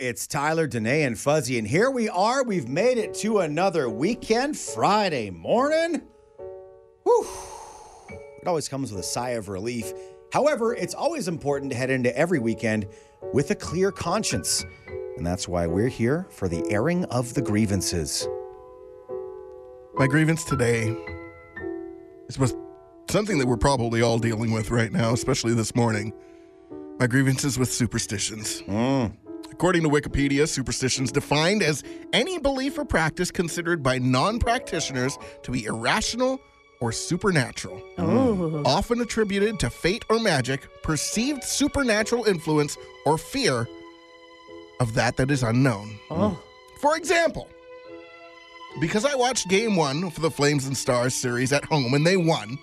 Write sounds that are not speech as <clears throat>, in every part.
It's Tyler, Danae, and Fuzzy. And here we are. We've made it to another weekend, Friday morning. Whew. It always comes with a sigh of relief. However, it's always important to head into every weekend with a clear conscience. And that's why we're here for the airing of the grievances. My grievance today is with something that we're probably all dealing with right now, especially this morning. My grievance is with superstitions. According to Wikipedia, superstitions defined as any belief or practice considered by non-practitioners to be irrational or supernatural. Often attributed to fate or magic, perceived supernatural influence or fear of that that is unknown. For example, because I watched game one for the Flames and Stars series at home and they won,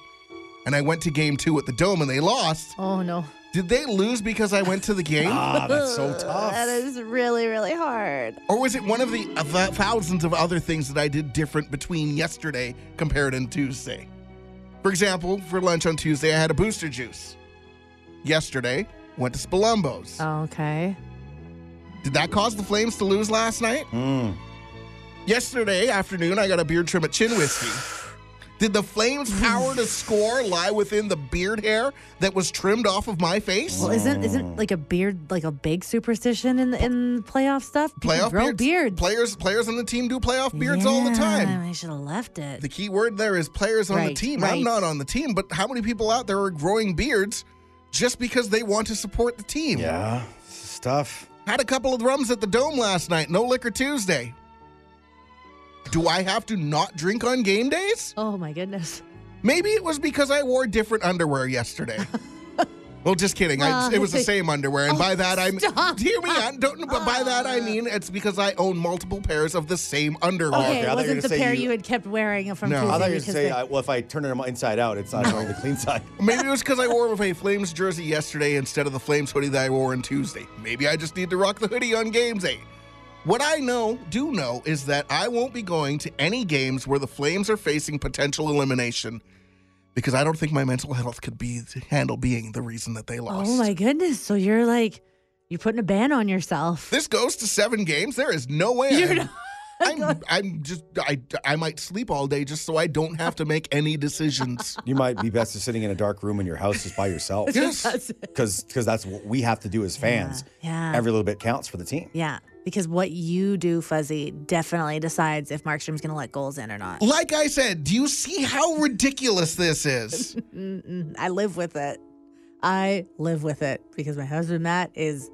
and I went to game two at the Dome and they lost, Oh no. did they lose because I went to the game? Ah, that's <laughs> so tough. That is really, really hard. Or was it one of the of the thousands of other things that I did different between yesterday compared to Tuesday? For example, for lunch on Tuesday, I had a booster juice. Yesterday, went to Spalumbo's. Oh. Okay. Did that cause the Flames to lose last night? Mm. Yesterday afternoon, I got a beard trim at Chin Whiskey. Did the Flames' power to score lie within the beard hair that was trimmed off of my face? Well, isn't isn't like a beard like a big superstition in in playoff stuff? People Playoff grow beards. beards. Players, players on the team do playoff beards all the Yeah, time. I should have left it. The key word there is players on the Right, team. I'm right. not on the team, but how many people out there are growing beards just because they want to support the team? Yeah, it's tough. Had a couple of rums at the dome last night. No liquor Tuesday. Do I have to not drink on game days? oh my goodness. Maybe it was because I wore different underwear <laughs> yesterday. well, just kidding. I, Uh, Oh, it was the same underwear, <laughs> and by that I mean stop. Uh. hear me out. Don't. But by that I mean it's because I own multiple pairs of the same underwear. Oh, okay, I thought Okay, you it were gonna wasn't the say pair you- you, had kept wearing from No. I I Tuesday thought you were because say, they- I, well, if I turn it inside out, it's not going the clean side. Maybe it was because I wore a Flames jersey yesterday instead of the Flames hoodie that I wore on Tuesday. Maybe I just need to rock the hoodie on games day. What I know, do know, is that I won't be going to any games where the Flames are facing potential elimination because I don't think my mental health could be handle being the reason that they lost. oh my goodness. So you're like you're putting a ban on yourself. <laughs> This goes to seven games. There is no way. You're I'm, not <laughs> I'm, I'm just. I. I might sleep all day just so I don't have to make any <laughs> decisions. You might be best just sitting in a dark room in your house just by yourself. yes. because because that's what we have to do as fans. Yeah. Every little bit counts for the team. yeah. Because what you do, Fuzzy, definitely decides if Markstrom's gonna let goals in or not. Like I said, do you see how ridiculous this is? Mm-mm. I live with it. I live with it because my husband Matt is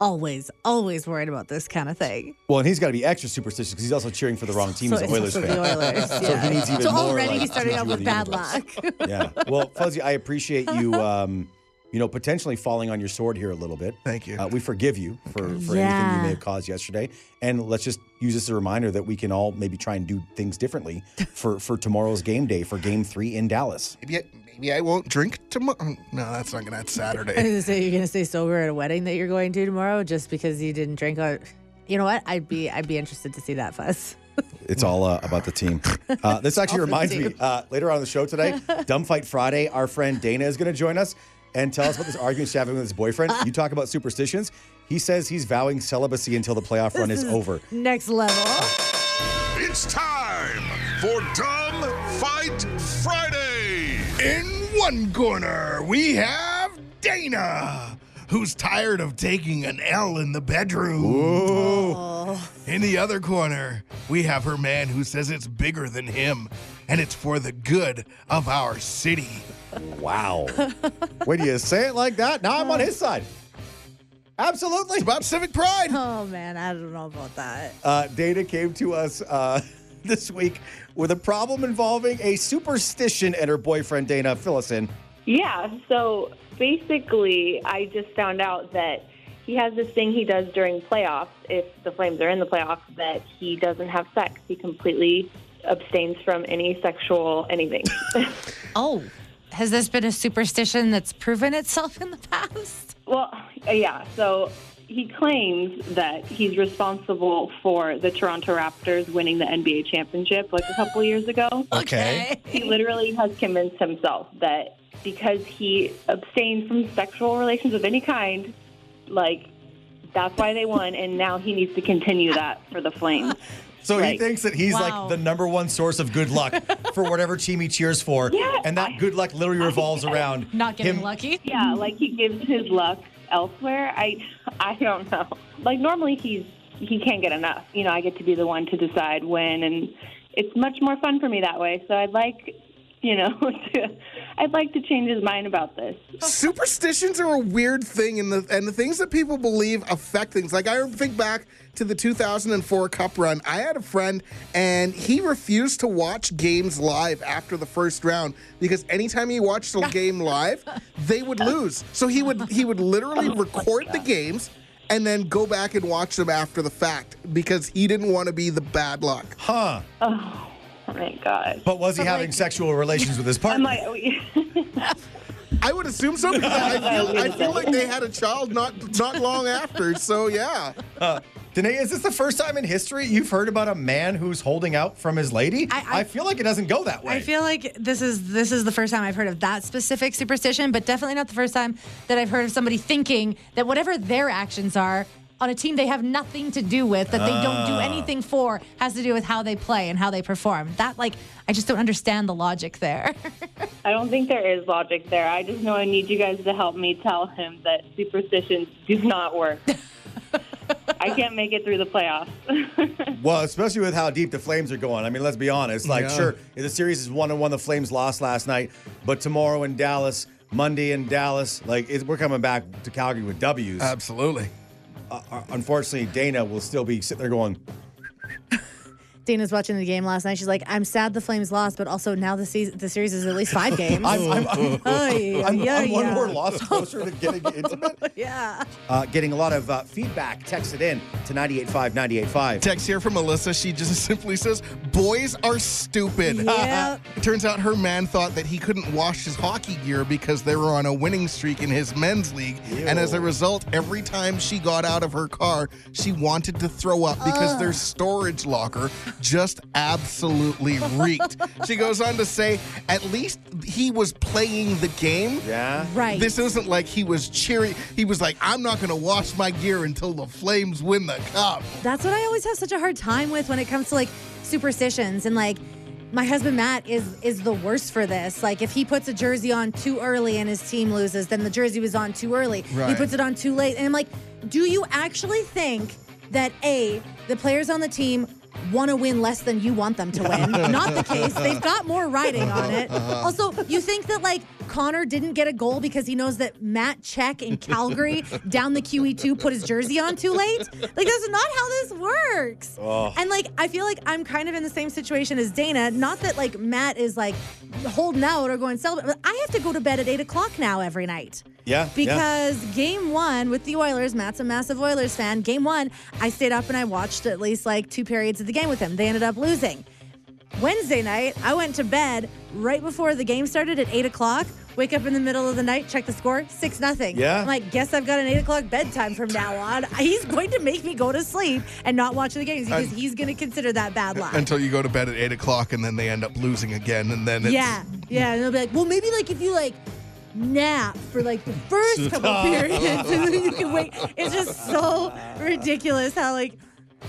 always, always worried about this kind of thing. Well, and he's got to be extra superstitious because he's also cheering for Oh, the wrong team. so he's it's an Oilers also fan. the <laughs> Oilers. So he yeah. needs even So more, already like, he's starting teams out you with were the bad universe. luck. yeah. Well, Fuzzy, I appreciate <laughs> you. Um, you know, potentially falling on your sword here a little bit. Thank you. Uh, we forgive you for, for anything you Yeah. may have caused yesterday, and let's just use this as a reminder that we can all maybe try and do things differently <laughs> for for tomorrow's game day for Game Three in Dallas. maybe, I, maybe I won't drink tomorrow. No, that's not gonna. That's <laughs> I was <laughs> Saturday. gonna say you're gonna stay sober at a wedding that you're going to tomorrow just because you didn't drink. Or, you know what? I'd be, I'd be interested to see that fuss. It's all uh, about the team. Uh, this <laughs> actually reminds me uh, later on in the show today, Dumb Fight Friday, our friend Dana is going to join us and tell us about this argument she's having with his boyfriend. You talk about superstitions. He says he's vowing celibacy until the playoff run <laughs> is over. Next level. It's time for Dumb Fight Friday. In one corner, we have Dana, who's tired of taking an L in the bedroom. In the other corner, we have her man who says it's bigger than him, and it's for the good of our city. Wow. when you say it like that, now I'm on his side. Absolutely. It's about civic pride. Oh man, I don't know about that. Uh, Dana came to us uh, <laughs> this week with a problem involving a superstition and her boyfriend, Dana. Fill us in. Yeah, so basically, I just found out that he has this thing he does during playoffs. If the Flames are in the playoffs, that he doesn't have sex. He completely abstains from any sexual anything. <laughs> Oh, has this been a superstition that's proven itself in the past? well, yeah, so he claims that he's responsible for the Toronto Raptors winning the NBA championship like a couple years ago. Okay. He literally has convinced himself that because he abstained from sexual relations of any kind, like That's why they won, and now he needs to continue that for the Flames. So he Right. thinks that he's Wow. like the number one source of <laughs> good luck for whatever team he cheers for, Yeah, and that I- good luck literally revolves around Not getting him. lucky. Yeah, like he gives his luck elsewhere. I I don't know. Like normally he's he can't get enough. You know, I get to be the one to decide when and it's much more fun for me that way. So I'd like, you know, <laughs> to, I'd like to change his mind about this. Superstitions are a weird thing, and the and the things that people believe affect things. Like I think back to the 2004 Cup run. I had a friend, and he refused to watch games live after the first round because anytime he watched a game live, they would lose. So he would he would literally record the games and then go back and watch them after the fact because he didn't want to be the bad luck. Huh. Oh my god. But was he having sexual relations with his partner? I'm like, oh, yeah. I would assume so because I feel, I feel like they had a child not not long after. So yeah. Danae, is this the first time in history you've heard about a man who's holding out from his lady? I- I- feel like it doesn't go that way. I feel like this is this is the first time I've heard of that specific superstition, but definitely not the first time that I've heard of somebody thinking that whatever their actions are on a team they have nothing to do with, that they don't Ah. do anything for, has to do with how they play and how they perform. That like I just don't understand the logic there. <laughs> I don't think there is logic there. I just know I need you guys to help me tell him that superstitions do not work. I can't make it through the playoffs. well, especially with how deep the Flames are going. I mean, let's be honest. Like, Yeah. sure, the series is one and one. The Flames lost last night, but tomorrow in Dallas, Monday in Dallas, like it, we're coming back to Calgary with W's. Absolutely. Uh, unfortunately, Dana will still be sitting there going, Dana's watching the game last night. She's like, "I'm sad the Flames lost, but also now the season, the series is at least <laughs> five games." "I'm, I'm, I'm, <laughs> Ay, I'm, ay, I'm one ay. more loss closer to getting intimate." Yeah. <laughs> Uh, getting a lot of uh, feedback texted in to 985 985. Text here from Alyssa. She just <laughs> simply says, Boys are stupid. <laughs> Yep. it turns out her man thought that he couldn't wash his hockey gear because they were on a winning streak in his men's league. And as a result, every time she got out of her car, she wanted to throw up because their storage locker just absolutely reeked. she goes on to say, At least he was playing the game. Yeah. Right. This isn't like he was cheering. He was like, I'm not going to wash my gear until the Flames win the cup. That's what I always have such a hard time with when it comes to like superstitions and like my husband Matt is is the worst for this. Like if he puts a jersey on too early and his team loses, then the jersey was on too early. He Right. puts it on too late. And I'm like, do you actually think that A, the players on the team want to win less than you want them to win? Not the case. They've got more riding on it. Also, you think that like Connor didn't get a goal because he knows that Matt Check in Calgary down the QE2 put his jersey on too late? Like that's not how this works. And like I feel like I'm kind of in the same situation as Dana. Not that like Matt is like holding out or going celebrate, but I have to go to bed at eight o'clock now every night. Yeah, yeah. Because game one with the Oilers, Matt's a massive Oilers fan. Game one, I stayed up and I watched at least like two periods of the game with him. They ended up losing. Wednesday night, I went to bed right before the game started at eight o'clock. Wake up in the middle of the night, check the score, six nothing. Yeah. I'm like, guess I've got an eight o'clock bedtime from now on. <laughs> He's going to make me go to sleep and not watch the games because he's going to consider that bad luck. until you go to bed at eight o'clock and then they end up losing again and then it's, Yeah, yeah. And they'll be like, well, maybe like if you like nap for like <laughs> the first couple periods, and then you can wait. It's just so ridiculous how like,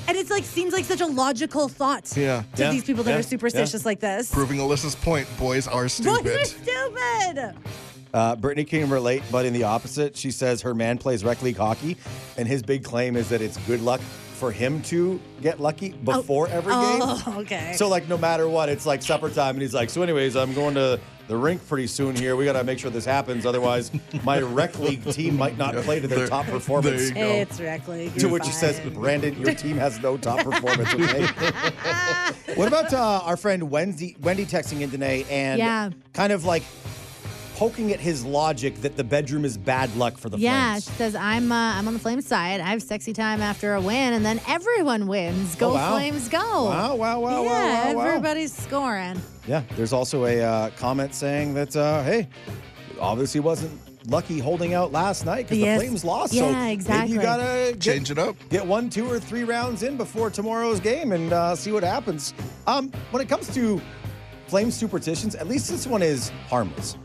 and it's like seems like such a logical thought. Yeah. To Yeah, these people that yeah, are superstitious like this. <laughs> proving Alyssa's point boys are Boys stupid are stupid. Uh, Brittany can relate, but in the opposite, she says her man plays rec league hockey, and his big claim is that it's good luck for him to get lucky before every Oh, game. okay. So, like, no matter what, it's like supper time, and he's like, "So, anyways, I'm going to the rink pretty soon here. We got to make sure this happens, otherwise, my rec league team might not play to their There- <laughs> top performance." there you go. it's rec league. To you're which he says, fine. Brandon, your team has no top performance. <laughs> Okay? what about uh, our friend Wendy? Wendy texting in today and Yeah. kind of like poking at his logic that the bedroom is bad luck for the Yeah, Flames. she says I'm uh, I'm on the Flames side. I have sexy time after a win, and then everyone wins. Go Oh, wow. Flames, go! Wow, wow, wow, wow, yeah, wow, wow. everybody's scoring. Yeah, there's also a uh, comment saying that uh, hey, obviously wasn't lucky holding out last night because Yes. the Flames lost. Yeah, so maybe exactly. you gotta get- change it up get one, two, or three rounds in before tomorrow's game and uh, see what happens. Um, when it comes to flame superstitions, at least this one is harmless.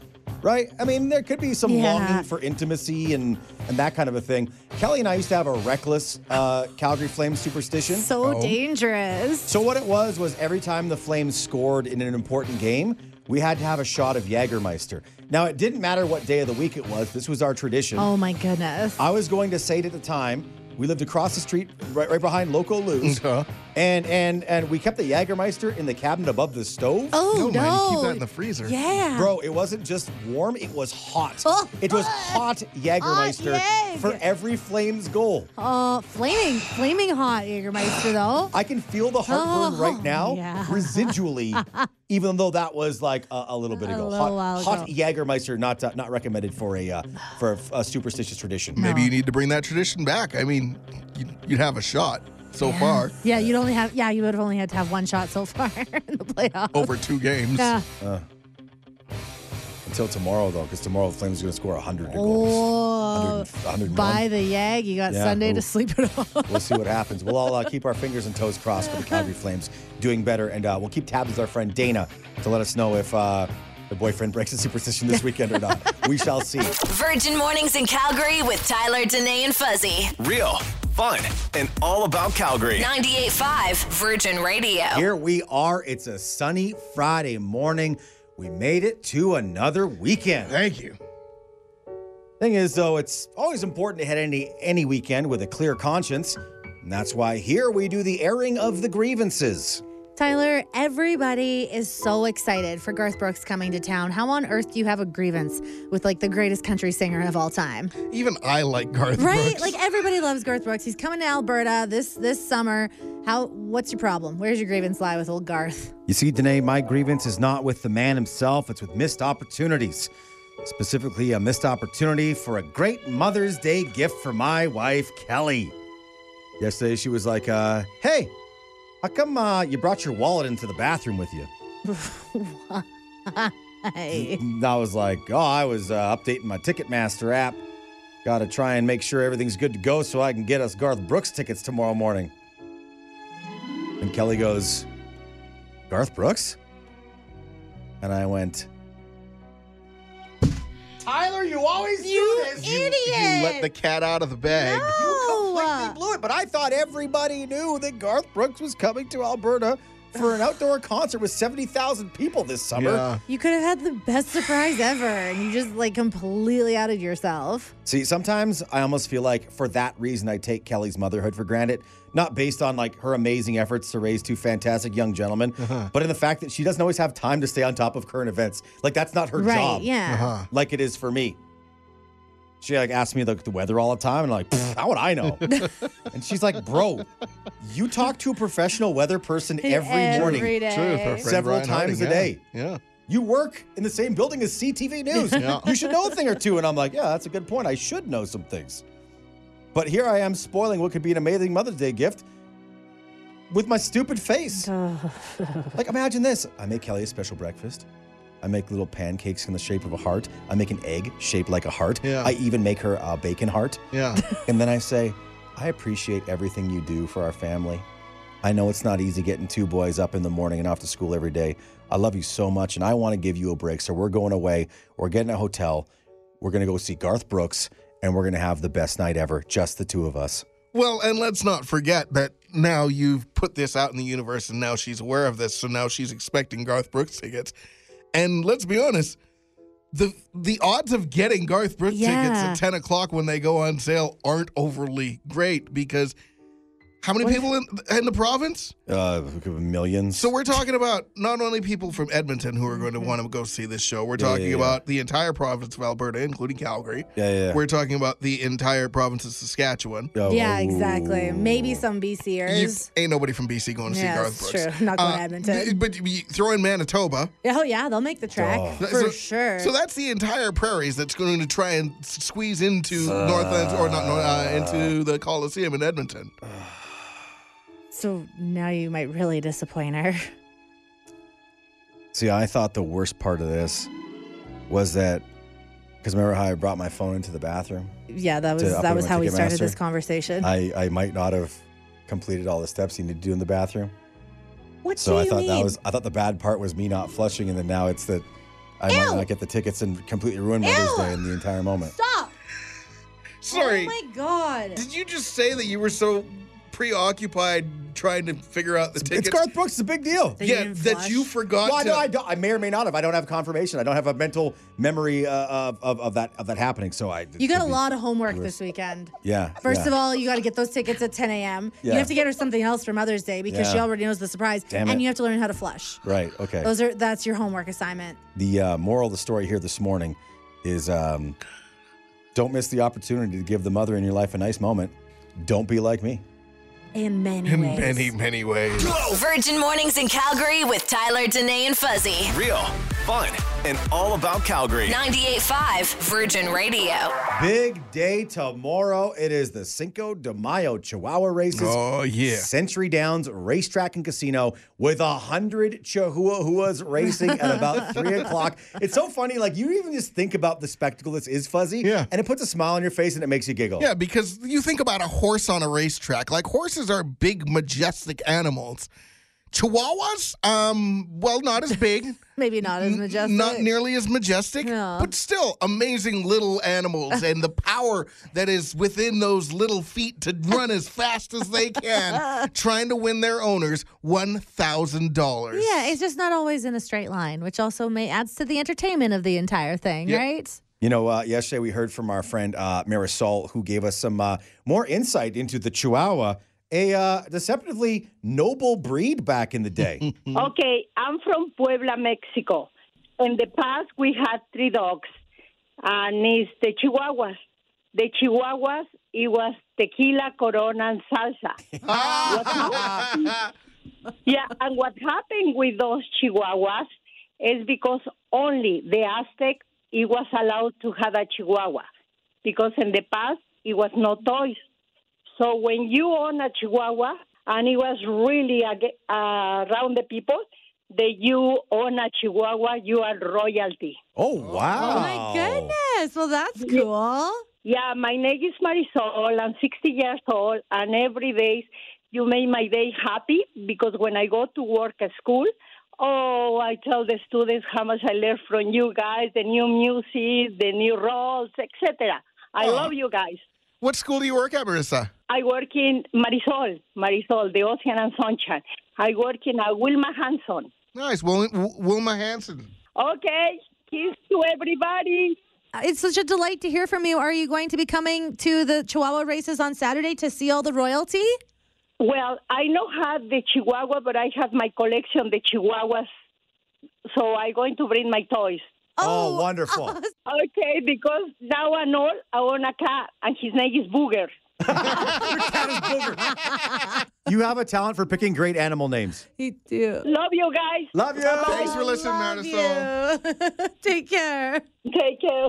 right? I mean, there could be some Yeah. longing for intimacy and and that kind of a thing. Kelly and I used to have a reckless uh, Calgary Flames superstition. So Oh. dangerous. So what it was was every time the Flames scored in an important game, we had to have a shot of Jägermeister. Now it didn't matter what day of the week it was. This was our tradition. Oh my goodness. I was going to say it at the time. We lived across the street, right, right behind Loco Lou's, Uh-huh. and and and we kept the Jägermeister in the cabinet above the stove. No, Oh no. man, you keep that in the freezer. yeah. Bro, it wasn't just warm; it was hot. Oh, it was hot hot. Jägermeister Hot Jäg. for every Flames goal. Oh, flaming, flaming hot Jägermeister though. I can feel the heartburn Oh, right now, yeah. <laughs> residually, even though that was like a, a little bit A ago. little hot while hot ago. Jägermeister, not uh, not recommended for a uh, for a, a superstitious tradition. Maybe you need to bring that tradition back. I mean, you'd, you'd have a shot so far Yeah, you'd only have. Yeah, you would have only had to have one shot so far <laughs> in the playoffs. over two games. Yeah. Until tomorrow, though, because tomorrow the Flames are going to score 100 goals. Oh, 100 101. by the yag, you got Yeah, Sunday ooh. to sleep it off. <laughs> We'll see what happens. We'll all uh, keep our fingers and toes crossed for the Calgary Flames doing better, and uh, we'll keep tabs with our friend Dana to let us know if uh, the boyfriend breaks his superstition this weekend or not. we shall see. Virgin Mornings in Calgary with Tyler, Danae, and Fuzzy. Real, fun, and all about Calgary. 98.5 Virgin Radio. Here we are. It's a sunny Friday morning. We made it to another weekend. Thank you. Thing is, though, it's always important to head any any weekend with a clear conscience. And that's why here we do the airing of the grievances. Tyler, everybody is so excited for Garth Brooks coming to town. How on earth do you have a grievance with like the greatest country singer of all time? Even I like Garth Right? Brooks. Like everybody loves Garth Brooks. He's coming to Alberta this this summer. How what's your problem? Where's your grievance lie with old Garth? You see, Danae, my grievance is not with the man himself, it's with missed opportunities. Specifically, a missed opportunity for a great Mother's Day gift for my wife, Kelly. Yesterday, she was like, uh, hey, how come uh, you brought your wallet into the bathroom with you? Hey. And I was like, oh, I was uh, updating my Ticketmaster app. Got to try and make sure everything's good to go so I can get us Garth Brooks tickets tomorrow morning. And Kelly goes, Garth Brooks? And I went, Tyler, you always do this. <laughs> You- You let the cat out of the bag. You No. completely blew it. But I thought everybody knew that Garth Brooks was coming to Alberta for <sighs> an outdoor concert with 70,000 people this summer. Yeah. You could have had the best surprise ever, and you just like completely outed yourself. See, sometimes I almost feel like for that reason I take Kelly's motherhood for granted, not based on like her amazing efforts to raise two fantastic young gentlemen, Uh-huh. but in the fact that she doesn't always have time to stay on top of current events. Like that's not her right? job. Yeah. Uh-huh. Like it is for me. She like asks me like the weather all the time, and I'm like, "Pfft, how would I know? and she's like, bro, you talk to a professional weather person every, morning. Every day. True, with our friend Several Brian times Harding, a yeah. day. Yeah. You work in the same building as CTV News. <laughs> Yeah. You should know a thing or two. And I'm like, yeah, that's a good point. I should know some things. But here I am spoiling what could be an amazing Mother's Day gift with my stupid face. <laughs> like, imagine this I make Kelly a special breakfast. I make little pancakes in the shape of a heart. I make an egg shaped like a heart. Yeah. I even make her a bacon heart. Yeah. And then I say, I appreciate everything you do for our family. I know it's not easy getting two boys up in the morning and off to school every day. I love you so much and I want to give you a break. So we're going away. We're getting a hotel. We're going to go see Garth Brooks and we're going to have the best night ever, just the two of us. Well, and let's not forget that now you've put this out in the universe and now she's aware of this, so now she's expecting Garth Brooks tickets. And let's be honest, the the odds of getting Garth Brooks tickets Yeah. at 10 o'clock when they go on sale aren't overly great because how many people in, in the province? Uh, millions. So we're talking about not only people from Edmonton who are going to want to go see this show, we're Yeah, yeah, talking yeah. about the entire province of Alberta, including Calgary. yeah, yeah. We're talking about the entire province of Saskatchewan. Oh, Yeah, exactly. Maybe Oh. some You- BCers. ain't nobody from BC going to Yeah, see Garth that's Brooks. true. Not going to Uh, Edmonton. th- But you throw in Manitoba. oh yeah, they'll make the track Oh. for so, sure. So that's the entire prairies that's going to try and s- squeeze into Northlands or not North, uh, into the Coliseum in Edmonton. so now you might really disappoint her. <laughs> See, I thought the worst part of this was that, because remember how I brought my phone into the bathroom? Yeah, that was Dude, I'll put that was him on how we started Ticketmaster. this conversation. I, I might not have completed all the steps you need to do in the bathroom. what So do I you thought mean? that was I thought the bad part was me not flushing, and then now it's that I might Ew. not get the tickets and completely ruin Mother's Ew. Day in the entire moment. Stop! Sorry. Oh my god. Did you just say that you were so preoccupied trying to figure out the tickets? It's Garth Brooks. It's a big deal. That you yeah, didn't that flush? you forgot Well, I, to. know I, don't, I may or may not have. I don't have confirmation. I don't have a mental memory uh, of, of, of that of that happening. So I. You got a it'd be- lot of homework this weekend. Yeah. First yeah. of all, you got to get those tickets at 10 a.m. Yeah. You have to get her something else for Mother's Day because she Yeah. already knows the surprise. Damn and it. you have to learn how to flush. Right. Okay. Those are that's your homework assignment. the uh, moral of the story here this morning is um, don't miss the opportunity to give the mother in your life a nice moment. Don't be like me. In many in ways. many, many ways. Virgin Mornings in Calgary with Tyler, Danae, and Fuzzy. Real, fun, and all about Calgary. 98.5 Virgin Radio. Big day tomorrow. It is the Cinco de Mayo Chihuahua races. Oh, yeah. Century Downs Racetrack and Casino with a hundred Chihuahuas racing at <laughs> about three o'clock. It's so funny. Like you even just think about the spectacle. This is fuzzy. Yeah. And it puts a smile on your face and it makes you giggle. Yeah, because you think about a horse on a racetrack. Like horses are big, majestic animals. Chihuahuas, um, well, not as big, <laughs> Maybe not as majestic. not nearly as majestic, Yeah. but still amazing little animals, and the power that is within those little feet to run as fast as they can, trying to win their owners one thousand dollars. Yeah, it's just not always in a straight line, which also may adds to the entertainment of the entire thing, Yep. right? You know, uh, yesterday we heard from our friend uh, Marisol, who gave us some uh, more insight into the Chihuahua, a uh, deceptively noble breed back in the <laughs> day. <laughs> Okay, I'm from Puebla, Mexico. In the past, we had three dogs, and it's the Chihuahuas. The Chihuahuas, it was tequila, Corona, and salsa. Uh, oh, yeah, and what happened with those Chihuahuas is because only the Aztec it was allowed to have a Chihuahua, because in the past it was no toys. So when you own a Chihuahua and it was really ag- uh, around the people, that you own a Chihuahua, you are royalty. oh, wow. Oh my goodness. Well, that's cool. Yeah, my name is Marisol. I'm 60 years old, and every day you make my day happy because when I go to work at school, oh, I tell the students how much I learned from you guys, the new music, the new roles, etc. I love you guys. What school do you work at, Marissa? I work in Marisol, Marisol, the Ocean and Sunshine. I work in a Wilma Hanson. Nice, Wil- Wil- Wilma Hanson. Okay, kiss to everybody. Uh, It's such a delight to hear from you. Are you going to be coming to the Chihuahua races on Saturday to see all the royalty? Well, I know have the Chihuahua, but I have my collection the Chihuahuas, so I'm going to bring my toys. Oh, wonderful. Okay, because now and all I own a cat, and his name is Booger. you have a talent for picking great animal names. You do. Love you guys. Love you. Thanks for listening, Marisol. Take care. Take care.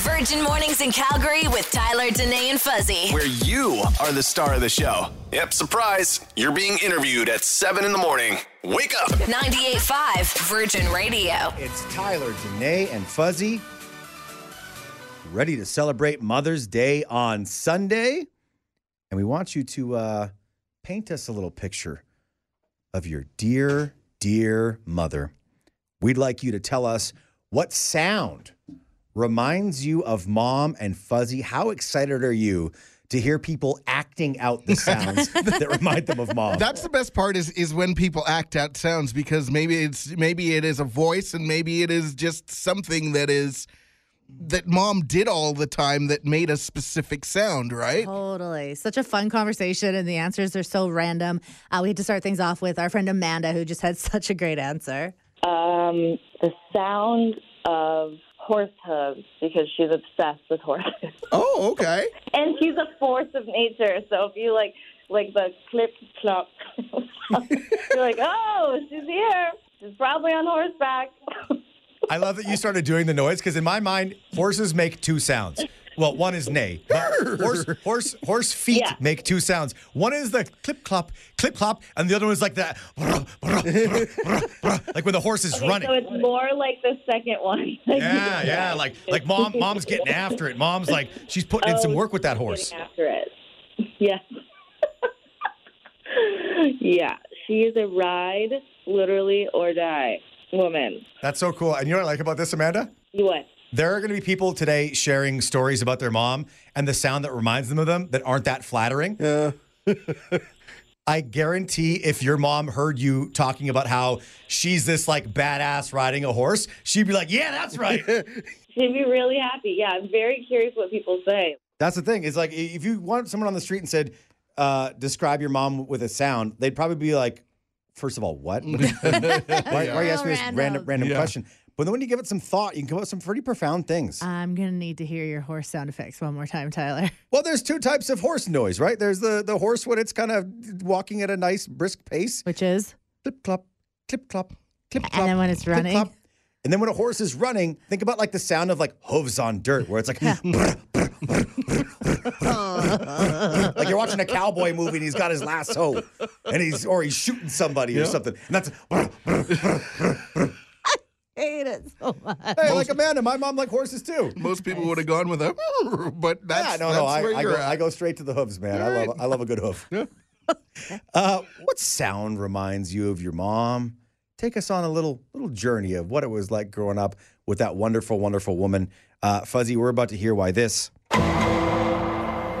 Virgin Mornings in Calgary with Tyler, Danae, and Fuzzy. Where you are the star of the show. Yep, surprise. You're being interviewed at 7 in the morning. Wake up. 98.5 Virgin Radio. It's Tyler, Danae, and Fuzzy. Ready to celebrate Mother's Day on Sunday. And we want you to uh, paint us a little picture of your dear, dear mother. We'd like you to tell us what sound reminds you of mom and Fuzzy. How excited are you to hear people acting out <laughs> the sounds that remind them of mom? That's the best part is is when people act out sounds because maybe it's maybe it is a voice and maybe it is just something that is that mom did all the time that made a specific sound, Oh, right? Totally. Such a fun conversation, and the answers are so random. Uh, we had to start things off with our friend Amanda, who just had <laughs> such a great answer. Um, the sound of horse hooves because she's obsessed with horses. Oh, okay. <laughs> And she's a force of nature. So if you like, like the clip clop, <laughs> you're like, oh, she's here. She's probably on horseback. <laughs> I love that you started doing the noise because in my mind, horses make two sounds. Well, one is neigh, but horse, horse, horse feet Yeah. make two sounds. One is the clip clop, clip clop, and the other one's like that, like when the horse is running. So it's more like the second one. <laughs> Yeah, yeah, like like mom, mom's getting after it. Mom's like she's putting in some work with that horse. Getting after it. <laughs> Yeah. yeah. She is a ride, literally or die. woman. That's so cool. And you know what I like about this, Amanda? What? There are going to be people today sharing stories about their mom and the sound that reminds them of them that aren't that flattering. <laughs> Yeah. I guarantee if your mom heard you talking about how she's this like badass riding a horse, she'd be like, "Yeah, that's right." She'd be really happy. Yeah, I'm very curious what people say. <laughs> that's the thing. It's like if you want someone on the street and said, uh, "Describe your mom with a sound," they'd probably be like, first of all, <laughs> what? Why, why are you Real asking me this random random. random Yeah. question?" But then when you give it some thought, you can come up with some pretty profound things. I'm gonna need to hear your horse sound effects one more time, Tyler. Well, there's two types of horse noise, right? There's the the horse when it's kind of walking at a nice brisk pace, Which is clip clop, clip clop, clip clop. And then when it's clip, running. clop. And then when a horse is running, think about like the sound of like hooves on dirt, where it's like brr, brr, brr, brr, brr, brr. <laughs> like you're watching a cowboy movie and he's got his lasso and he's or he's shooting somebody or something, and <laughs> that's brr, brr, brr, brr, brr. hate it so much. hey, like Amanda, my mom like horses too. Most people would have gone with a, <laughs> but that's, yeah, no, that's no, I, where I, you're go, at. I go straight to the hooves, man. I love, I love a good hoof. <laughs> uh, what sound reminds you of your mom? Take us on a little, little journey of what it was like growing up with that wonderful, wonderful woman, uh, Fuzzy. We're about to hear why this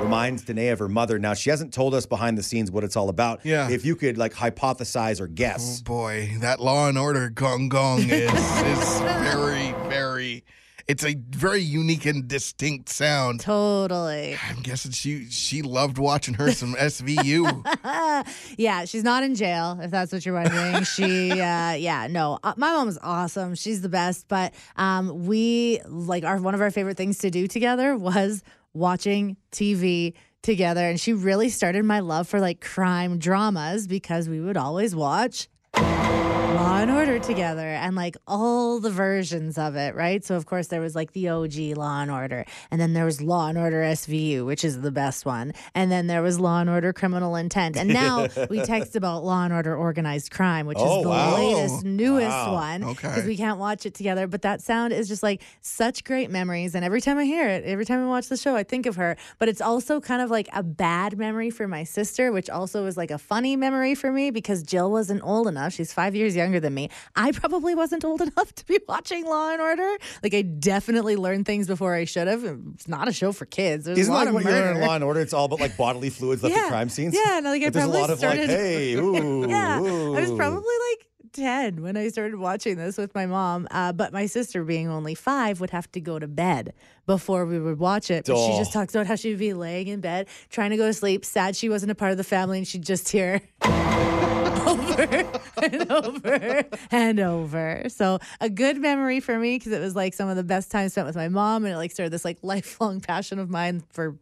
reminds Danae of her mother. Now she hasn't told us behind the scenes what it's all about. Yeah. If you could like hypothesize or Oh guess, boy, that Law and Order gong gong is <laughs> is very very. It's a very unique and distinct sound. Totally. I'm guessing she she loved watching her some SVU. <laughs> yeah, she's not in jail, if that's what you're wondering. she, uh, yeah, no, uh, my mom is awesome. She's the best. But um, we like our one of our favorite things to do together was watching TV together, and she really started my love for like crime dramas because we would always watch. Law and Order together and like all the versions of it, right? So, of course, there was like the OG Law and Order, and then there was Law and Order SVU, which is the best one, and then there was Law and Order Criminal Intent. <laughs> And now we text about Law and Order Organized Crime, which Oh, is the wow. latest, newest Wow. one Okay. because we can't watch it together. But that sound is just like such great memories. And every time I hear it, every time I watch the show, I think of her. But it's also kind of like a bad memory for my sister, which also is like a funny memory for me because Jill wasn't old enough. She's five years younger than me. I probably wasn't old enough to be <laughs> watching Law and Order. Like I definitely learned things before I should have. It's not a show for kids. There's isn't Oh, a lot like of what you murder. learn in Law and Order? It's all about like bodily fluids left at Yeah. crime scenes. Yeah, and, like, I But there's a probably lot of like, started- hey, ooh, <laughs> yeah, I was ooh. probably like 10 when I started watching this with my mom. Uh, but my sister, being only five, would have to go to bed before we would watch it. But Duh. she just talks about how she would be laying in bed, trying to go to sleep, sad she wasn't a part of the family, and she'd just hear <laughs> over and over and over. So a good memory for me because it was like some of the best time spent with my mom, and it like started this like <laughs> lifelong passion of mine for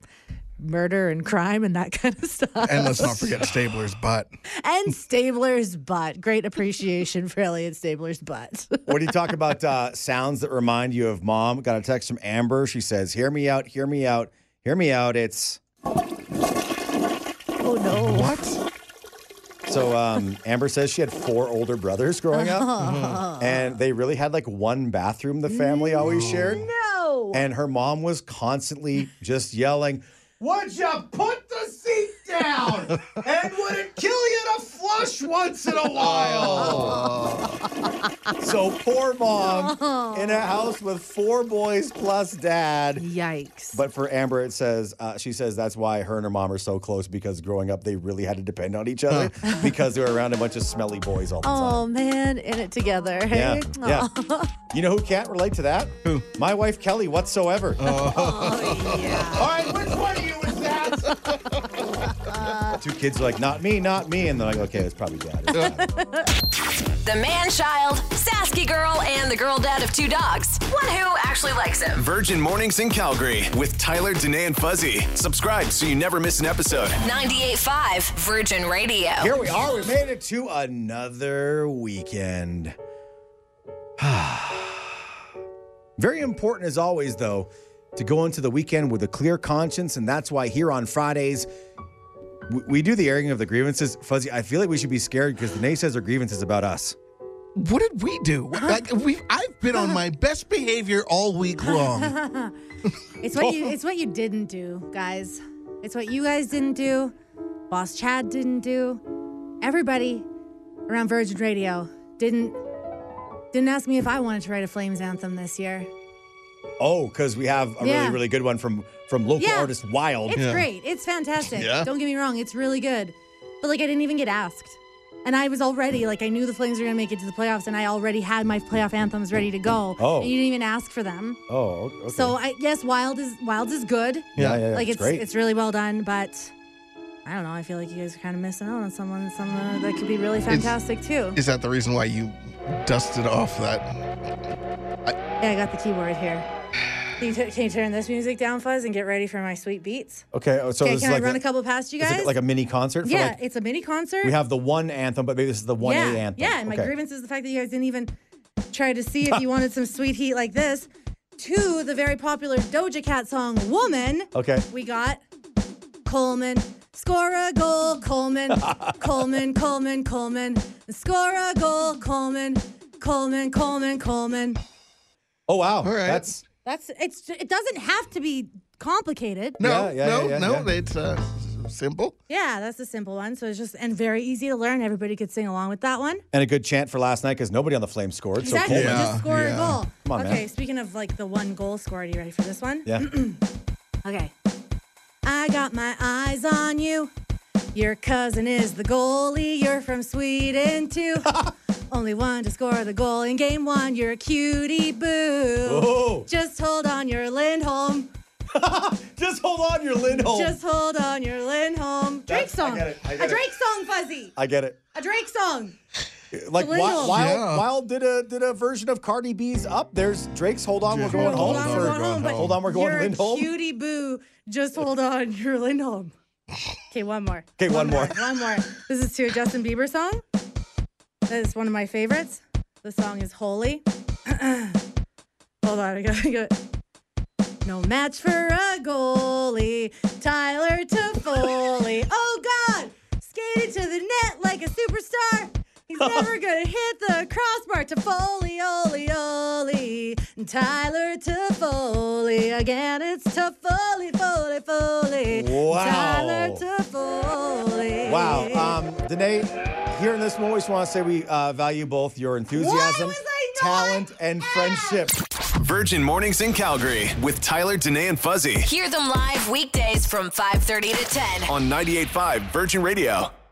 murder and crime and that <laughs> kind of stuff and let's not forget Stabler's butt. and Stabler's butt. Great appreciation for Elliot Stabler's butt. when you talk about uh, sounds that remind you of mom, got a text from Amber. She says, "Hear me out, hear me out, hear me out." It's oh no! What? so um, Amber says she had four older brothers growing up, and they really had like one bathroom the family always shared. No! And her mom was constantly just yelling, "Would you put the seat down? And would it kill you to flush once in a while?" so poor mom in a house with four boys plus dad. Yikes! But for Amber, it says uh, she says that's why her and her mom are so close because growing up they really had to depend on each other because they were around a bunch of smelly boys all the oh time. man, in it together. Yeah, Hey? yeah. You know who can't relate to that? Who? My wife Kelly whatsoever. <laughs> Oh, yeah. All right, which one of you is that? <laughs> Uh, Two kids are like, not me, not me, and they're like, okay, it's probably dad. It's dad. The man child, Sasky girl, and the girl dad of two dogs. One who actually likes him. Virgin Mornings in Calgary with Tyler, Danae, and Fuzzy. Subscribe so you never miss an episode. 98.5 Virgin Radio. Here we are. We made it to another weekend. <sighs> Very important, as always, though, to go into the weekend with a clear conscience. And that's why here on Fridays, we, we do the airing of the grievances. Fuzzy, I feel like we should be scared because Danae says her grievance is about us. What did we do? Like we, I've been on <laughs> my best behavior all week long. It's what <laughs> you. It's what you didn't do, guys. It's what you guys didn't do. Boss Chad didn't do. Everybody around Virgin Radio didn't Didn't ask me if I wanted to write a Flames anthem this year. Oh, because we have a Yeah. really, really good one from from local Yeah. artist Wild. It's Yeah. great. It's fantastic. Yeah. Don't get me wrong, it's really good. But like I didn't even get asked. And I was already like I knew the Flames were gonna make it to the playoffs and I already had my playoff anthems ready to go. Oh. And you didn't even ask for them. Oh, okay. So I yes, Wild is Wild is good. yeah, yeah, yeah, like it's, it's great. it's really well done, but I don't know, I feel like you guys are kinda missing out on someone someone that could be really fantastic too. <laughs> Is that the reason why you dusted off that? Yeah, I got the keyboard here. Can you, t- can you turn this music down, Fuzz, and get ready for my sweet beats? okay, oh, so okay, this can is I like run a, a, couple past you is it guys? like a mini concert. For yeah, like, it's a mini concert. we have the one anthem, but maybe this is the one yeah, A anthem. Yeah, and my Okay. grievance is the fact that you guys didn't even try to see if you wanted some sweet heat like this. To the very popular Doja Cat song Woman, Okay. we got Coleman. Score a <laughs> goal, Coleman. Coleman, Coleman, Coleman. Score a goal, Coleman. Coleman, Coleman, Coleman. Oh wow. right. That's That's it's it doesn't have to be complicated. No, Yeah, yeah, no, yeah, yeah, no. yeah. It's uh, s- simple. Yeah, that's a simple one. So it's just and very easy to learn. Everybody could sing along with that one. and a good chant for last night because nobody on the Flames scored. Exactly. So Yeah. Coleman. Just score yeah. a goal. Come on, man. okay, speaking of like the one goal score, are you ready for this one? Yeah. <clears throat> Okay. I got my eyes on you. Your cousin is the goalie. You're from <laughs> Sweden too. Only one to score the goal in game one. You're a cutie boo. Oh, Just hold on your Lindholm. just hold on, your Lindholm. Just hold on your Lindholm. Drake That's- Oh. I song. get it, I get a it. Drake song, Fuzzy. I get it. A Drake song. Like Wi- Lindholm. Wild, Yeah. Wild did a did a version of Cardi B's "Up." There's Drake's "Hold On, We're Dude, Going Hold Home." on, Hold for- we're we're going going home. But Hold on, we're going you're a Lindholm? Cutie boo, just hold on, <laughs> you're Lindholm. Okay, one more. Okay, one more. One more. This is to a Justin Bieber song. That is one of my favorites. The song is Holy. hold on, I gotta <laughs> go. No match for a goalie, <laughs> Tyler Toffoli. Oh God, skated to the net like a superstar. <laughs> He's never gonna hit the crossbar. Toffoli, Oli, Oli, Tyler Toffoli. Again, it's Toffoli, Foley, Foley. Wow. Tyler Toffoli. Wow. Um, Danae, here in this moment, we just want to say we uh, value both your enthusiasm, was I not talent, and friendship. Virgin Mornings in Calgary with Tyler, Danae, and Fuzzy Hear them live weekdays from 5:30 to 10. on 98.5 Virgin Radio.